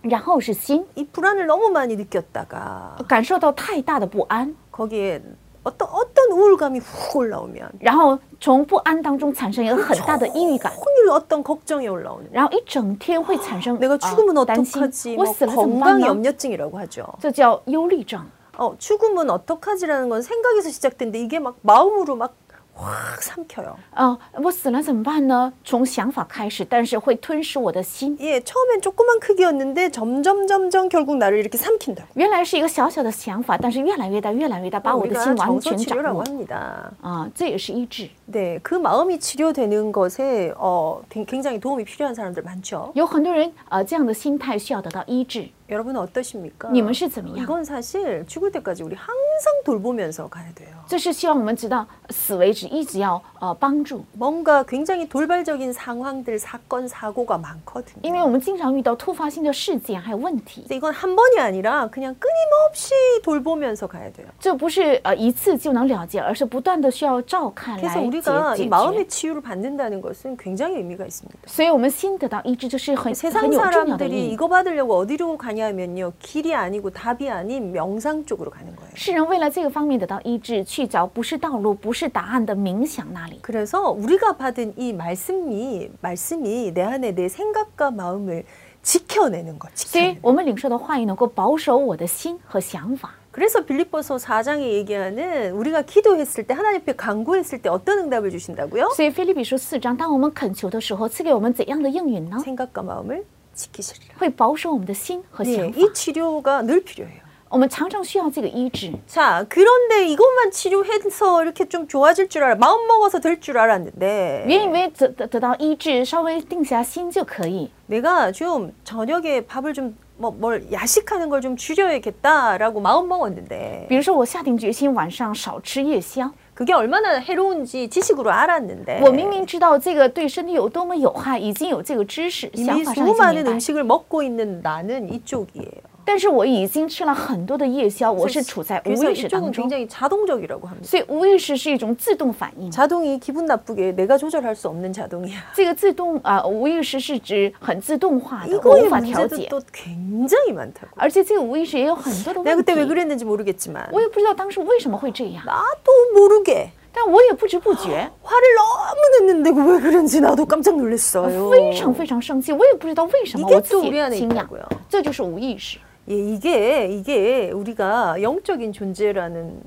Speaker 2: 然后是心，
Speaker 1: 이 불안을 너무 많이 느꼈다가
Speaker 2: 感受到太大的不安，
Speaker 1: 거기에 어떤 어떤 우울감이 훅 올라오면
Speaker 2: 然后从不安当中产生一个
Speaker 1: 그러니까
Speaker 2: 很大的抑郁感。
Speaker 1: 혼일 어떤 걱정이 올라오는
Speaker 2: 然后一整天会产生
Speaker 1: 내가
Speaker 2: 呃
Speaker 1: 죽으면
Speaker 2: 担心
Speaker 1: 아, 어떡하지? ，
Speaker 2: 我
Speaker 1: 뭐
Speaker 2: 死了怎么
Speaker 1: 건강
Speaker 2: 办呢？
Speaker 1: 염려증이라고 하죠.
Speaker 2: 这叫忧虑症。
Speaker 1: 어 죽으면 어떡하지라는 건 생각에서 시작된데 이게 막 마음으로 막 확 삼켜요.
Speaker 2: 呃，我死了怎么办呢？从想法开始，但是会吞噬我的心。
Speaker 1: 예, 처음엔 조그만 크기였는데 점점 점점 결국 나를 이렇게 삼킨다고.
Speaker 2: 原来是一个小小的想法，但是越来越大，越来越大，把我的
Speaker 1: 우리가
Speaker 2: 心完
Speaker 1: 정서
Speaker 2: 全掌
Speaker 1: 치료라고
Speaker 2: 握。
Speaker 1: 합니다.
Speaker 2: 啊，这也是医治。
Speaker 1: 네, 그 마음이 치료되는 것에 어, 굉장히 도움이 필요한 사람들 많죠.
Speaker 2: 有很多人呃，这样的心态需要得到医治。
Speaker 1: 여러분은 어떠십니까?
Speaker 2: 你们是怎么样？
Speaker 1: 이건 사실 죽을 때까지 우리 항상 돌보면서 가야 돼요.
Speaker 2: 这是希望我们直到死为止，一直要呃帮助，
Speaker 1: 뭔가 굉장히 돌발적인 상황들, 사건, 사고가 많거든요.
Speaker 2: 因为我们经常遇到突发性的事件还有问题，
Speaker 1: 근데 이건 한 번이 아니라 그냥 끊임없이 돌보면서 가야 돼요.
Speaker 2: 这不是呃一次就能了结，而是不断的需要照看
Speaker 1: 그래서
Speaker 2: 来解
Speaker 1: 우리가 이
Speaker 2: 解决
Speaker 1: 마음의 。 치유를 받는다는 것은 굉장히 의미가 있습니다.
Speaker 2: 所以，我们心得到医治，这是很很
Speaker 1: 세상
Speaker 2: 有重要的意
Speaker 1: 사람들이
Speaker 2: 义。
Speaker 1: 이거 받으려고 어디로 가냐면요. 길이 아니고 답이 아닌 명상 쪽으로 가는 거예요.
Speaker 2: 世人为了这个方面得到医治，去找不是道路、不是答案的冥想那里。
Speaker 1: 그래서 우리가 받은 이 말씀이 말씀이 내 안에 내 생각과 마음을 지켜내는 것.
Speaker 2: 所以
Speaker 1: 지켜내는 ，
Speaker 2: 我们领受的话语能够保守我的心和想法。
Speaker 1: 그래서 빌립보서 4장에 얘기하는 우리가 기도했을 때 하나님 앞에 간구했을 때 어떤 응답을 주신다고요?
Speaker 2: 所以，菲利比书四章，当我们恳求的时候，赐给我们怎样的应允呢？
Speaker 1: 생각과 마음을 지키시리라.
Speaker 2: 会保守我们的心和想
Speaker 1: 네,
Speaker 2: 法。
Speaker 1: 이 치료가 늘 필요해요.
Speaker 2: 我们常常需要这个医治。
Speaker 1: 자, 그런데 이것만 치료해서 이렇게 좀 좋아질 줄 알아. 마음 먹어서 될 줄 알았는데
Speaker 2: 原以为得得得到医治，稍微定下心就可以。
Speaker 1: 내가 좀 저녁에 밥을 좀 뭐 뭘 야식하는 걸 좀 줄여야겠다라고 마음 먹었는데
Speaker 2: 比如说，我下定决心晚上少吃夜宵，
Speaker 1: 그게 얼마나 해로운지 지식으로 알았는데
Speaker 2: 我明明知道这个对身体有多么有害，已经有这个知识，
Speaker 1: 이미
Speaker 2: 想法上已经明
Speaker 1: 수많은
Speaker 2: 白，
Speaker 1: 음식을 먹고 있는 나는 이쪽이에요.
Speaker 2: 但是我已经吃了很多的夜宵，我是
Speaker 1: 그래서
Speaker 2: 处在无
Speaker 1: 그래서
Speaker 2: 意识当
Speaker 1: 이쪽은
Speaker 2: 中，
Speaker 1: 굉장히 자동적이라고 합니다.
Speaker 2: 所以无意识是一种自动反应。
Speaker 1: 자동이 기분 나쁘게 내가 조절할 수 없는 자동이야.
Speaker 2: 这个自动啊、无意识是指很自动化
Speaker 1: 아,
Speaker 2: 的，我
Speaker 1: 이거의
Speaker 2: 无法调
Speaker 1: 문제도
Speaker 2: 节，
Speaker 1: 또 굉장히 많다고.
Speaker 2: 而且这个无意识也有很多的
Speaker 1: 내가
Speaker 2: 问
Speaker 1: 그때 왜
Speaker 2: 题。
Speaker 1: 그랬는지 모르겠지만
Speaker 2: 我也不知道当时为什么会这样，
Speaker 1: 나도 모르게
Speaker 2: 但我也不知不觉。
Speaker 1: 화를 너무 냈는데 그왜 그런지 나도 깜짝 놀랐어요.
Speaker 2: 非常非常生气，我也不知道为什么，
Speaker 1: 이게
Speaker 2: 我自
Speaker 1: 또
Speaker 2: 己
Speaker 1: 우리 안에
Speaker 2: 惊讶，
Speaker 1: 있다고요.
Speaker 2: 这就是无意识。
Speaker 1: 예, 이게 이게 우리가 영적인 존재라는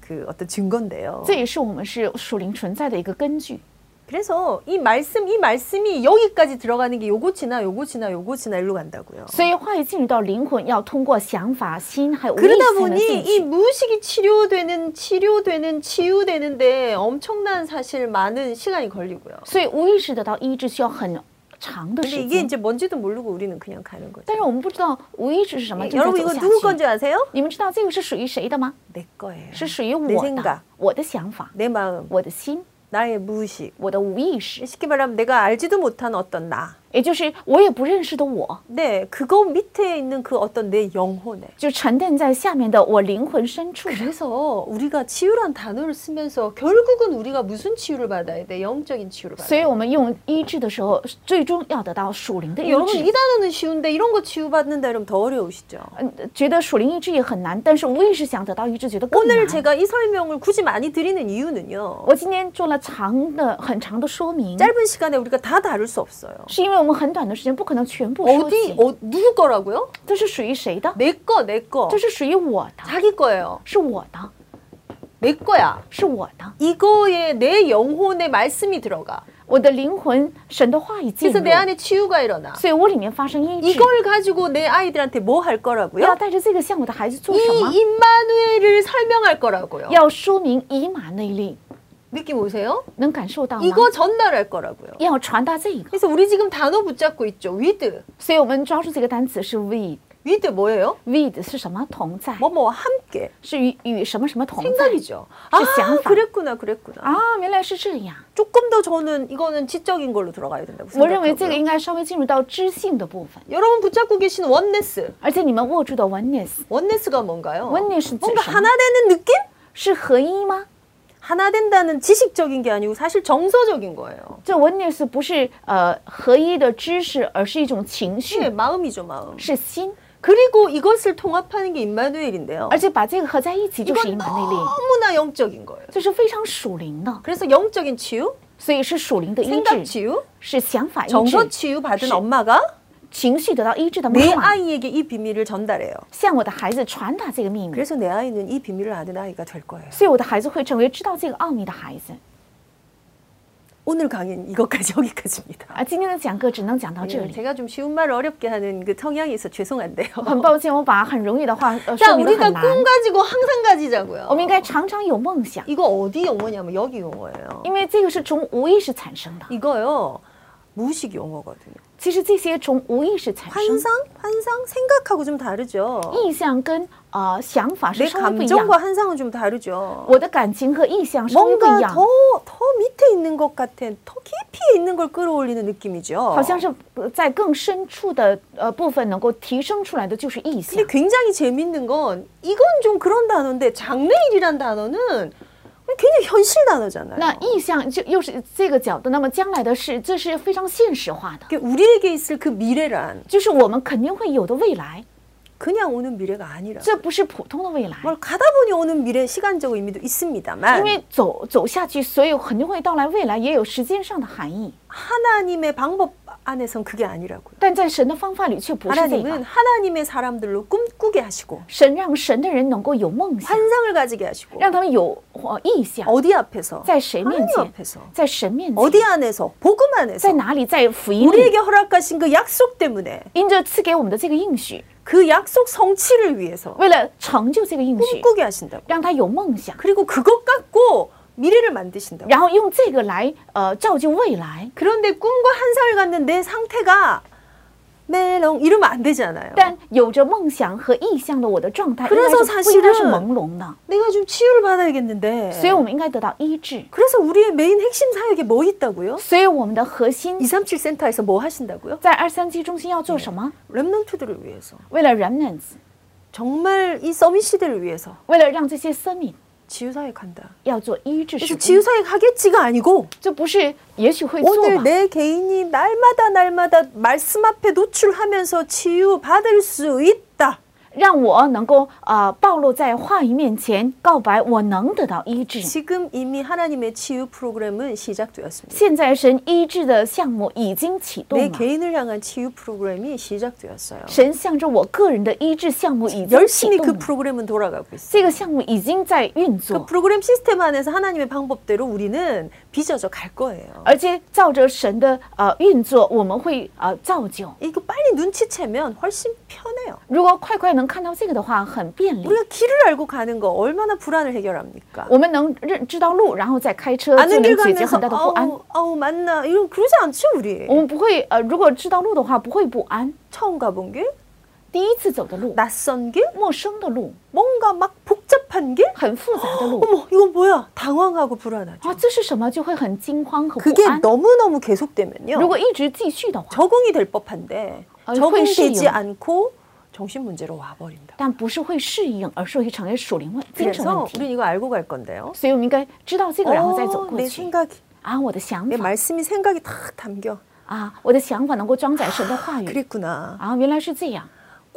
Speaker 1: 그 어떤 증거인데요.
Speaker 2: 这也是我们是属灵存在的一个根据。
Speaker 1: 그래서 이 말씀 이 말씀이 여기까지 들어가는 게 요거 지나 요거 지나 요거 지나 일로 간다고요.
Speaker 2: 所以话语进入到灵魂，要通过想法、心还有无意识
Speaker 1: 그러다
Speaker 2: 才能
Speaker 1: 보니
Speaker 2: 进
Speaker 1: 이
Speaker 2: 去。
Speaker 1: 무의식이 치료되는 치료되는 치유되는데 엄청난 사실 많은 시간이 걸리고요.
Speaker 2: 所以无意识得到医治需要很长的
Speaker 1: 근데
Speaker 2: 时
Speaker 1: 이게
Speaker 2: 间，
Speaker 1: 이제 뭔지도 모르고 우리는 그냥 가는 거죠.
Speaker 2: 但是我们不知道无意识是什么，
Speaker 1: 예,
Speaker 2: 就在
Speaker 1: 여러분
Speaker 2: 走
Speaker 1: 이거
Speaker 2: 下
Speaker 1: 누구
Speaker 2: 去。
Speaker 1: 건지 아세요?
Speaker 2: 你们知道这个是属于谁的吗？
Speaker 1: 내 거예요.
Speaker 2: 是属于
Speaker 1: 내생각
Speaker 2: 我的，我的想法、
Speaker 1: 내 마음,
Speaker 2: 我的心、
Speaker 1: 나의 무의식.
Speaker 2: 我的无意识，
Speaker 1: 쉽게 말하면 내가 알지도 못한 어떤 나.
Speaker 2: 也就是我也不认识的我，
Speaker 1: 네, 그거 밑에 있는 그 어떤 내 영혼에.
Speaker 2: 就沉淀在下面的我灵魂深处的。
Speaker 1: 그래서 우리가 치유란 단어를 쓰면서 결국은 우리가 무슨 치유를 받아야 돼? 영적인 치유를
Speaker 2: 所
Speaker 1: 받아야
Speaker 2: 以
Speaker 1: 돼.
Speaker 2: 我们用医治的时候，最终要得到属灵的医
Speaker 1: 여러분
Speaker 2: 治
Speaker 1: 이 。 단어는 쉬운데 이런 거 치유받는다 이러면 더 어려우시죠?
Speaker 2: 嗯，觉得属灵医治也很难，但是无意识想得到医治，觉得更
Speaker 1: 오늘
Speaker 2: 难。
Speaker 1: 제가 이 설명을 굳이 많이 드리는 이유는요.
Speaker 2: 我今天做了长的、很长的说明，
Speaker 1: 짧은 시간에 우리가 다 다룰 수 없어요.
Speaker 2: 是因为我们很短的时间不可能全部说
Speaker 1: 어디
Speaker 2: 清。
Speaker 1: 어, 누구 거라고요?
Speaker 2: 这是属于谁的？
Speaker 1: 내 거, 내 거.
Speaker 2: 这是属于我的，
Speaker 1: 자기 거예요.
Speaker 2: 是我的，
Speaker 1: 내 거야.
Speaker 2: 是我的。
Speaker 1: 이거에 내 영혼의 말씀이 들어가.
Speaker 2: 我的灵魂，神的话语进
Speaker 1: 그래서
Speaker 2: 入
Speaker 1: 내 ， 안에 뭐? 치유가 일어나.
Speaker 2: 所以我里面发生医治。
Speaker 1: 이걸 가지고 내 아이들한테 뭐 할
Speaker 2: 要
Speaker 1: 거라고요?
Speaker 2: 带着这个向我的孩子做
Speaker 1: 이
Speaker 2: 什么？
Speaker 1: 임마누엘을 설명할 거라고요.
Speaker 2: 要说明以马内利，
Speaker 1: 느낌 오세요?
Speaker 2: 能感受到吗？
Speaker 1: 이거 전달할 거라고요.
Speaker 2: 要传达这一个，
Speaker 1: 그래서 우리 지금 단어 붙잡고 있죠. 위드.
Speaker 2: 所以我们抓住这个单词是 with。
Speaker 1: 위드 뭐예요?
Speaker 2: with 是什么？同在，
Speaker 1: 뭐뭐와 함께.
Speaker 2: 是与与什么什么同在？
Speaker 1: 생각이죠.
Speaker 2: 그
Speaker 1: 아,
Speaker 2: 想法.
Speaker 1: 그랬구나, 그랬구나.
Speaker 2: 啊，原来是这样。
Speaker 1: 조금 더 저는 이거는 지적인 걸로 들어가야 된다고
Speaker 2: 我认为这个
Speaker 1: 생각해요.
Speaker 2: 应该稍微进入到知性的部分，
Speaker 1: 여러분 붙잡고 계신 원네스.
Speaker 2: 而且你们握住的 oneness，oneness
Speaker 1: 원네스가 뭔가요?
Speaker 2: 是指
Speaker 1: 뭔가
Speaker 2: 什么？
Speaker 1: 하나 되는 느낌?
Speaker 2: 是合一吗？
Speaker 1: 하나 된다는 지식적인 게 아니고 사실 정서적인 거예요.
Speaker 2: 这 oneness 不是呃合一的知识，而是一种情
Speaker 1: 네,
Speaker 2: 绪，
Speaker 1: 마음이죠, 마음.
Speaker 2: 是心，
Speaker 1: 그리고 이것을 통합하는 게 임마누엘인데요.
Speaker 2: 而且把这个合在一起就是以马内利，
Speaker 1: 너무나 영적인 거예요.
Speaker 2: 这是非常属灵的，
Speaker 1: 그래서 영적인 치유,
Speaker 2: 所以是属灵的医
Speaker 1: 생각
Speaker 2: 治，
Speaker 1: 치유,
Speaker 2: 是想法医
Speaker 1: 정서
Speaker 2: 治，
Speaker 1: 치유 받은
Speaker 2: 시-
Speaker 1: 엄마가
Speaker 2: 情绪得到医治的妈
Speaker 1: 내
Speaker 2: 妈，
Speaker 1: 아이에게 이 비밀을 전달해요.
Speaker 2: 向我的孩子传达这个秘密，
Speaker 1: 그래서 내 아이는 이 비밀을 아는 아이가 될 거예요.
Speaker 2: 所以我的孩子会成为知道这个奥秘的孩子。
Speaker 1: 오늘 강의는 이것까지 여기까지입니다.
Speaker 2: 啊，今天的讲课只能讲到这
Speaker 1: 예,
Speaker 2: 里。
Speaker 1: 제가 좀 쉬운 말을 어렵게 하는 그 성향이 있어 죄송한데요.
Speaker 2: 很抱歉，我把很容易的话 呃说
Speaker 3: 자,
Speaker 2: 明的
Speaker 3: 우리가
Speaker 2: 很难。
Speaker 3: 꿈 가지고 항상 가지자고요.
Speaker 1: 어,
Speaker 2: 我们应该常常有梦想，
Speaker 3: 이거 어디 용어냐면 여기 용어예요.
Speaker 2: 因为这个是从无意识产生的。
Speaker 1: 이거요 무의식 용어거든요.
Speaker 2: 其实这些从无意识产生
Speaker 1: 환상, 환상 생각하고 좀 다르죠.
Speaker 2: 意向跟呃想法是
Speaker 1: 내
Speaker 2: 稍微不一样。
Speaker 1: 감정과 환상은 좀 다르죠.
Speaker 2: 我的感情和意向稍微不一
Speaker 1: 뭔가
Speaker 2: 样，
Speaker 1: 더, 더 밑에 있는 것 같은, 더 깊이에 있는 걸 끌어올리는 느낌이죠.
Speaker 2: 好像是呃在更深处的呃部分能够提升出来的就是意向
Speaker 1: 근데 。
Speaker 3: 굉장히 재밌는 건 이건 좀 그런 단어인데 장래일이란 단어는
Speaker 1: 굉장히 현실 단어잖아요.
Speaker 2: 那意向就又是这个角度，那么将来的事，这是非常现实化的，
Speaker 1: 이게 우리에게 있을 그 미래란
Speaker 2: 就是我们肯定会有的未来，
Speaker 1: 그냥 오는 미래가 아니라
Speaker 2: 这不是普通的未来。
Speaker 1: 뭘 가다 보니 오는 미래 시간적 의미도
Speaker 2: 因
Speaker 1: 있습니다만
Speaker 2: 为走走下去，所以肯定会到来未来，也有时间上的含义。
Speaker 1: 하나님의 방법 안에선 그게 아니라고요.
Speaker 2: 但在神的方法里却不是这
Speaker 1: 하나님은
Speaker 2: 个。
Speaker 1: 하나님의 사람들로 꿈꾸게 하시고
Speaker 2: 神让神的人能够有梦想，
Speaker 1: 환상을 가지게 하시고
Speaker 2: 让他们有呃意向，
Speaker 1: 어디 앞에서
Speaker 2: 在谁面
Speaker 1: 하나님
Speaker 2: 前，
Speaker 1: 앞에서
Speaker 2: 在神面前，
Speaker 1: 어디 안에서 복음
Speaker 2: 在
Speaker 1: 안에서
Speaker 2: 哪里，在福音里，
Speaker 1: 우리에게 허락하신 그 약속 때문에
Speaker 2: 因着赐给我们的这个应许，
Speaker 1: 그 약속 성취를 위해서
Speaker 2: 为了成就这个应许，
Speaker 1: 꿈꾸게 하신다고
Speaker 2: 让他有梦想，
Speaker 1: 그리고 그것 갖고 미래를 만드신다고
Speaker 2: 然后用这个来呃造就未来。
Speaker 1: 그런데 꿈과 환상을 갖는 내 상태가 메롱 이러면 안 되잖아요
Speaker 2: 但有着梦想和意向的我的状态，
Speaker 1: 그래서
Speaker 2: 应该是不应该是
Speaker 1: 사실은
Speaker 2: 朦胧的，
Speaker 1: 내가 좀 치유를 받아야겠는데
Speaker 2: 所以我们应该得到医治。
Speaker 1: 그래서 우리의 메인 핵심 사역에 뭐 있다고요?
Speaker 2: 所以我们的核心
Speaker 1: 237 센터에서 뭐 하신다고요?
Speaker 2: 在二三七中心要做什么？
Speaker 1: 랩넌트들을 위해서
Speaker 2: 为了 remnants，
Speaker 1: 정말 이 서밋시대를 위해서
Speaker 2: 为了让这些生命
Speaker 1: 지유 사역한다
Speaker 2: 要做医治事
Speaker 1: 그래서
Speaker 2: 工
Speaker 1: 지유 사역 하겠지가 아니고
Speaker 2: 这不是也许会做
Speaker 1: 오늘
Speaker 2: 吧？
Speaker 1: 내 개인이 날마다 날마다 말씀 앞에 노출하면서 치유 받을 수 있다
Speaker 2: 让我能够呃暴露在话语面前，告白我能得到医治。
Speaker 1: 지금 이미 하나님의 치유 프로그램은 시작되었습니다
Speaker 2: 现在神医治的项目已经启
Speaker 1: 내
Speaker 2: 动了，
Speaker 1: 개인을 향한 치유 프로그램이 시작되었어요
Speaker 2: 神向着我个人的医治项目已经启
Speaker 1: 열심히
Speaker 2: 动
Speaker 1: 그
Speaker 2: 了，
Speaker 1: 프로그램은 돌아가고 있어요
Speaker 2: 这个项目已经在运
Speaker 1: 그
Speaker 2: 作，
Speaker 1: 프로그램 시스템 안에서 하나님의 방법대로 우리는 빚어져 갈 거예요
Speaker 2: 而且照着神的呃运作，我们会呃造就。
Speaker 1: 이거 빨리 눈치채면 훨씬 편해요
Speaker 2: 如果快快能看到这个的话，很便利。
Speaker 1: 우리가 길을 알고 가는 거 얼마나 불안을 해결합니까?
Speaker 2: 我们能认知道路，然后再开车，就
Speaker 1: 아는
Speaker 2: 能
Speaker 1: 길
Speaker 2: 解决很哦
Speaker 1: 가면서
Speaker 2: 大的不安。
Speaker 1: 아우 아우 맞나 이런 그러지 않죠 우리
Speaker 2: 我们不会呃，如果知道路的话，不会不安。
Speaker 1: 처음 가본 길
Speaker 2: 第一次走的路，
Speaker 1: 낯선 길
Speaker 2: 陌生的路，
Speaker 1: 뭔가 막 복잡한 길
Speaker 2: 很复杂的路
Speaker 1: 어머 이건 뭐야 당황하고 불안하죠
Speaker 2: 啊，这是什么？就会很惊慌和
Speaker 1: 그게
Speaker 2: 不安。
Speaker 1: 너무너무
Speaker 2: 如
Speaker 1: 계속되면요
Speaker 2: 果一直继续的话，
Speaker 1: 적응이 될 법한데
Speaker 2: 아,
Speaker 1: 적응되지
Speaker 2: 훨씬요.
Speaker 1: 않고 정신문제로 와버린다
Speaker 2: 但不是会适应，而是会成为属灵问精神问
Speaker 1: 그래서
Speaker 2: 题。
Speaker 1: 우리는 이거 알고 갈 건데요
Speaker 2: 所以我们应该知道这个，然后再走
Speaker 1: 어,
Speaker 2: 过
Speaker 1: 내
Speaker 2: 去
Speaker 1: 생각이
Speaker 2: 啊，我的想
Speaker 1: 내
Speaker 2: 法
Speaker 1: 말씀이 생각이 탁 담겨
Speaker 2: 啊，我的想法能够装载神的话语
Speaker 1: 그랬구나
Speaker 2: 啊，原来是这样。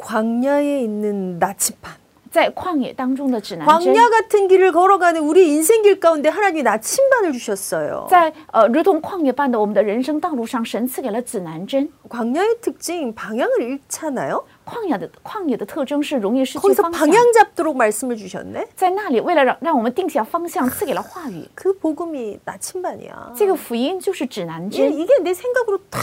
Speaker 1: 광야에 있는 나치판
Speaker 2: 在旷野当中的指南针，
Speaker 1: 광야 같은 길을 걸어가는 우리 인생길 가운데 하나님이 나침반을 주셨어요.
Speaker 2: 在呃，如同旷野般的我们的人生道路上，神赐给了指南针。
Speaker 1: 광야의 특징 방향을 잃잖아요.
Speaker 2: 旷野的旷野的特征是容易失去
Speaker 1: 거기서
Speaker 2: 方向，
Speaker 1: 방향 잡도록 말씀을 주셨네.
Speaker 2: 在那里为了让让我们定下方向，赐给了话语。
Speaker 1: 그 복음이 나침반이야. 예,
Speaker 2: 这个福音就是指南
Speaker 1: 이게,
Speaker 2: 针，
Speaker 1: 이게 내 생각으로 탁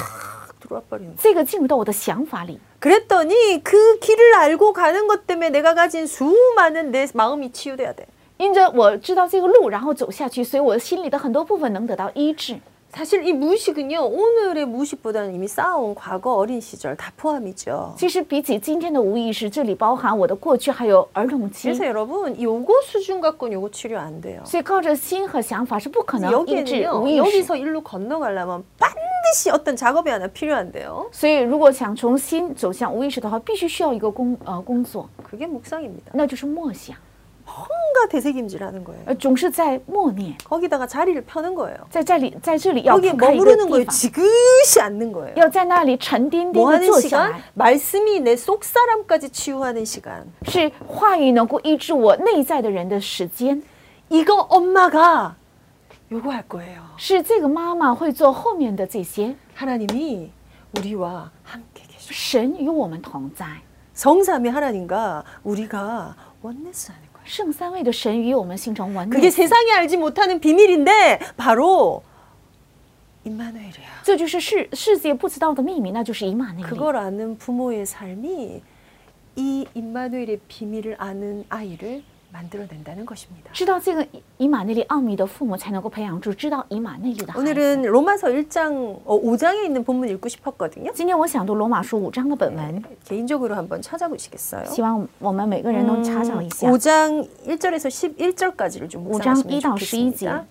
Speaker 1: 들어와 버리는 거야.
Speaker 2: 这个进入到我的想法里。
Speaker 1: 그랬더니 그 길을 알고 가는 것 때문에 내가 가진 수많은 내 마음이 치유돼야 돼.
Speaker 2: 因着我知道这个路，然后走下去，所以我心里的很多部分能得到医治。
Speaker 1: 사실 이 무의식은요 오늘의 무의식보다는 이미 쌓아온 과거 어린 시절 다 포함이죠.
Speaker 2: 其实比起今天的无意识，这里包含我的过去还有儿童期，
Speaker 1: 그래서 여러분 요거 수준 갖고는 요거 치료 안 돼요.
Speaker 2: 所以靠着心和想法是不
Speaker 1: 아,
Speaker 2: 可能医治
Speaker 1: 여기는요
Speaker 2: 无意识。
Speaker 1: 여기서 일로 건너가려면 반드시 어떤 작업이 하나 필요한데요.
Speaker 2: 所以如果想从心走向无意识的话，必须需要一个工呃工作，
Speaker 1: 그게 묵상입니다.
Speaker 2: 那就是默想，
Speaker 1: 뭔가 되새김질하는 거예요.
Speaker 2: 呃，总是在默念，
Speaker 1: 거기다가 자리를 펴는 거예요.
Speaker 2: 在这里在这里要
Speaker 1: 거기에
Speaker 2: 铺开一个
Speaker 1: 머무르는
Speaker 2: 地
Speaker 1: 거예요.
Speaker 2: 方，
Speaker 1: 지그시 앉는 거예요.
Speaker 2: 要在那里沉甸甸
Speaker 1: 뭐
Speaker 2: 的
Speaker 1: 하는
Speaker 2: 坐下
Speaker 1: 시간?
Speaker 2: 来，
Speaker 1: 말씀이 내 속 사람까지 치유하는 시간.
Speaker 2: 是话语能够医治我内在的人的时间，
Speaker 1: 이거 엄마가 요거 할 거예요.
Speaker 2: 是这个妈妈会做后面的这些。
Speaker 1: 하나님이 우리와 함께 계셔.
Speaker 2: 神与我们同在，
Speaker 1: 성삼위 하나님과 우리가 원내스 하는 거예요.
Speaker 2: 圣三位的神与我们形成完
Speaker 1: 그게
Speaker 2: 美。
Speaker 1: 세상이 알지 못하는 비밀인데 바로 임마누엘이야.
Speaker 2: 这就是世世界不知道的秘密，那就是以马内利。
Speaker 1: 그걸 아는 부모의 삶이 이 임마누엘의 비밀을 아는 아이를 만들어낸다는 것입니다.
Speaker 2: 知道这个以以马内利奥秘的父母，才能够培养出知道以马内利的孩子。
Speaker 1: 오늘은 로마서 1장 어, 5장에 있는 본문 읽고 싶었거든요.
Speaker 2: 今天我想读罗马书五章的本文，
Speaker 1: 哎 개인적으로 한번 찾아보시겠어요?
Speaker 2: 希望我们每个人
Speaker 1: 嗯
Speaker 2: 能查找一下。
Speaker 1: 5장 음, 1절에서 11절까지를 좀
Speaker 2: 5장
Speaker 1: 묵상하시면
Speaker 2: 1到11
Speaker 1: 좋겠습니다.
Speaker 2: 절.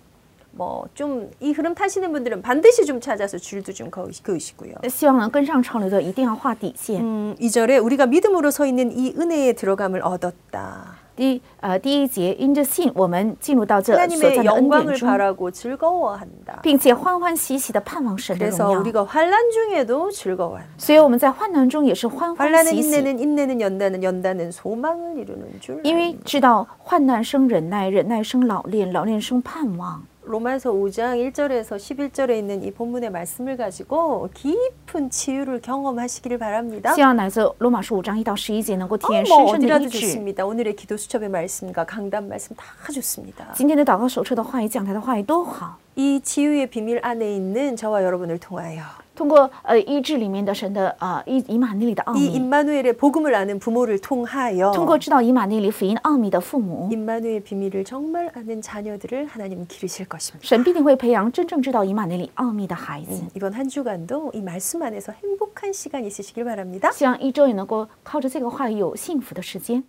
Speaker 1: 뭐좀 이 흐름 타시는 분들은 반드시 좀 찾아서 줄도 좀 그으- 그으시고요.
Speaker 2: 希望能跟上潮流的，一定要画底线。
Speaker 1: 음, 2절에 우리가 믿음으로 서 있는 이 은혜의 들어감을 얻었다.
Speaker 2: 第呃第一节，因着信，我们进入到这所
Speaker 1: 하나님의
Speaker 2: 在的恩典
Speaker 1: 영광을
Speaker 2: 中，
Speaker 1: 바라고 즐거워한다.
Speaker 2: 并且欢欢喜喜的盼望神的
Speaker 1: 그래서
Speaker 2: 荣耀。
Speaker 1: 우리가 환란 중에도 즐거워한다.
Speaker 2: 所以我们在患难中也是欢欢
Speaker 1: 환란은
Speaker 2: 喜喜，
Speaker 1: 인내는 인내는 연다는 연다는 소망을 이루는 줄.
Speaker 2: 因为
Speaker 1: 알고.
Speaker 2: 知道患难生忍耐，忍耐生老练，老练生盼望。
Speaker 1: 로마서 5장 1절에서 11절에 있는 이 본문의 말씀을 가지고 깊은 치유를 경험하시기를 바랍니다.
Speaker 2: 希望来自罗马书五章一到十一节能够体
Speaker 1: 어,
Speaker 2: 验
Speaker 1: 뭐
Speaker 2: 深深的医
Speaker 1: 어디라도
Speaker 2: 治。
Speaker 1: 좋습니다. 오늘의 기도 수첩의 말씀과 강단 말씀 다 좋습니다.
Speaker 2: 今天的祷告手册的话语、讲台的话语都好，
Speaker 1: 이 치유의 비밀 안에 있는 저와 여러분을 통하여
Speaker 2: 通过呃医治里面的神的呃以以马内利的奥
Speaker 1: 이
Speaker 2: 秘，
Speaker 1: 임마누엘의 복음을 아는 부모를 통하여
Speaker 2: 通过知道以马内利福音奥秘的父母，
Speaker 1: 임마누엘 비밀을 정말 아는 자녀들을 하나님 기르실 것입니다.
Speaker 2: 神必定会培养真正知道以马内利奥秘的孩子。
Speaker 1: 이번 한 주간도 이 말씀 안에서 행복한 시간 있으시길 바랍니다.
Speaker 2: 希望一周也能够靠着这个话语有幸福的时间。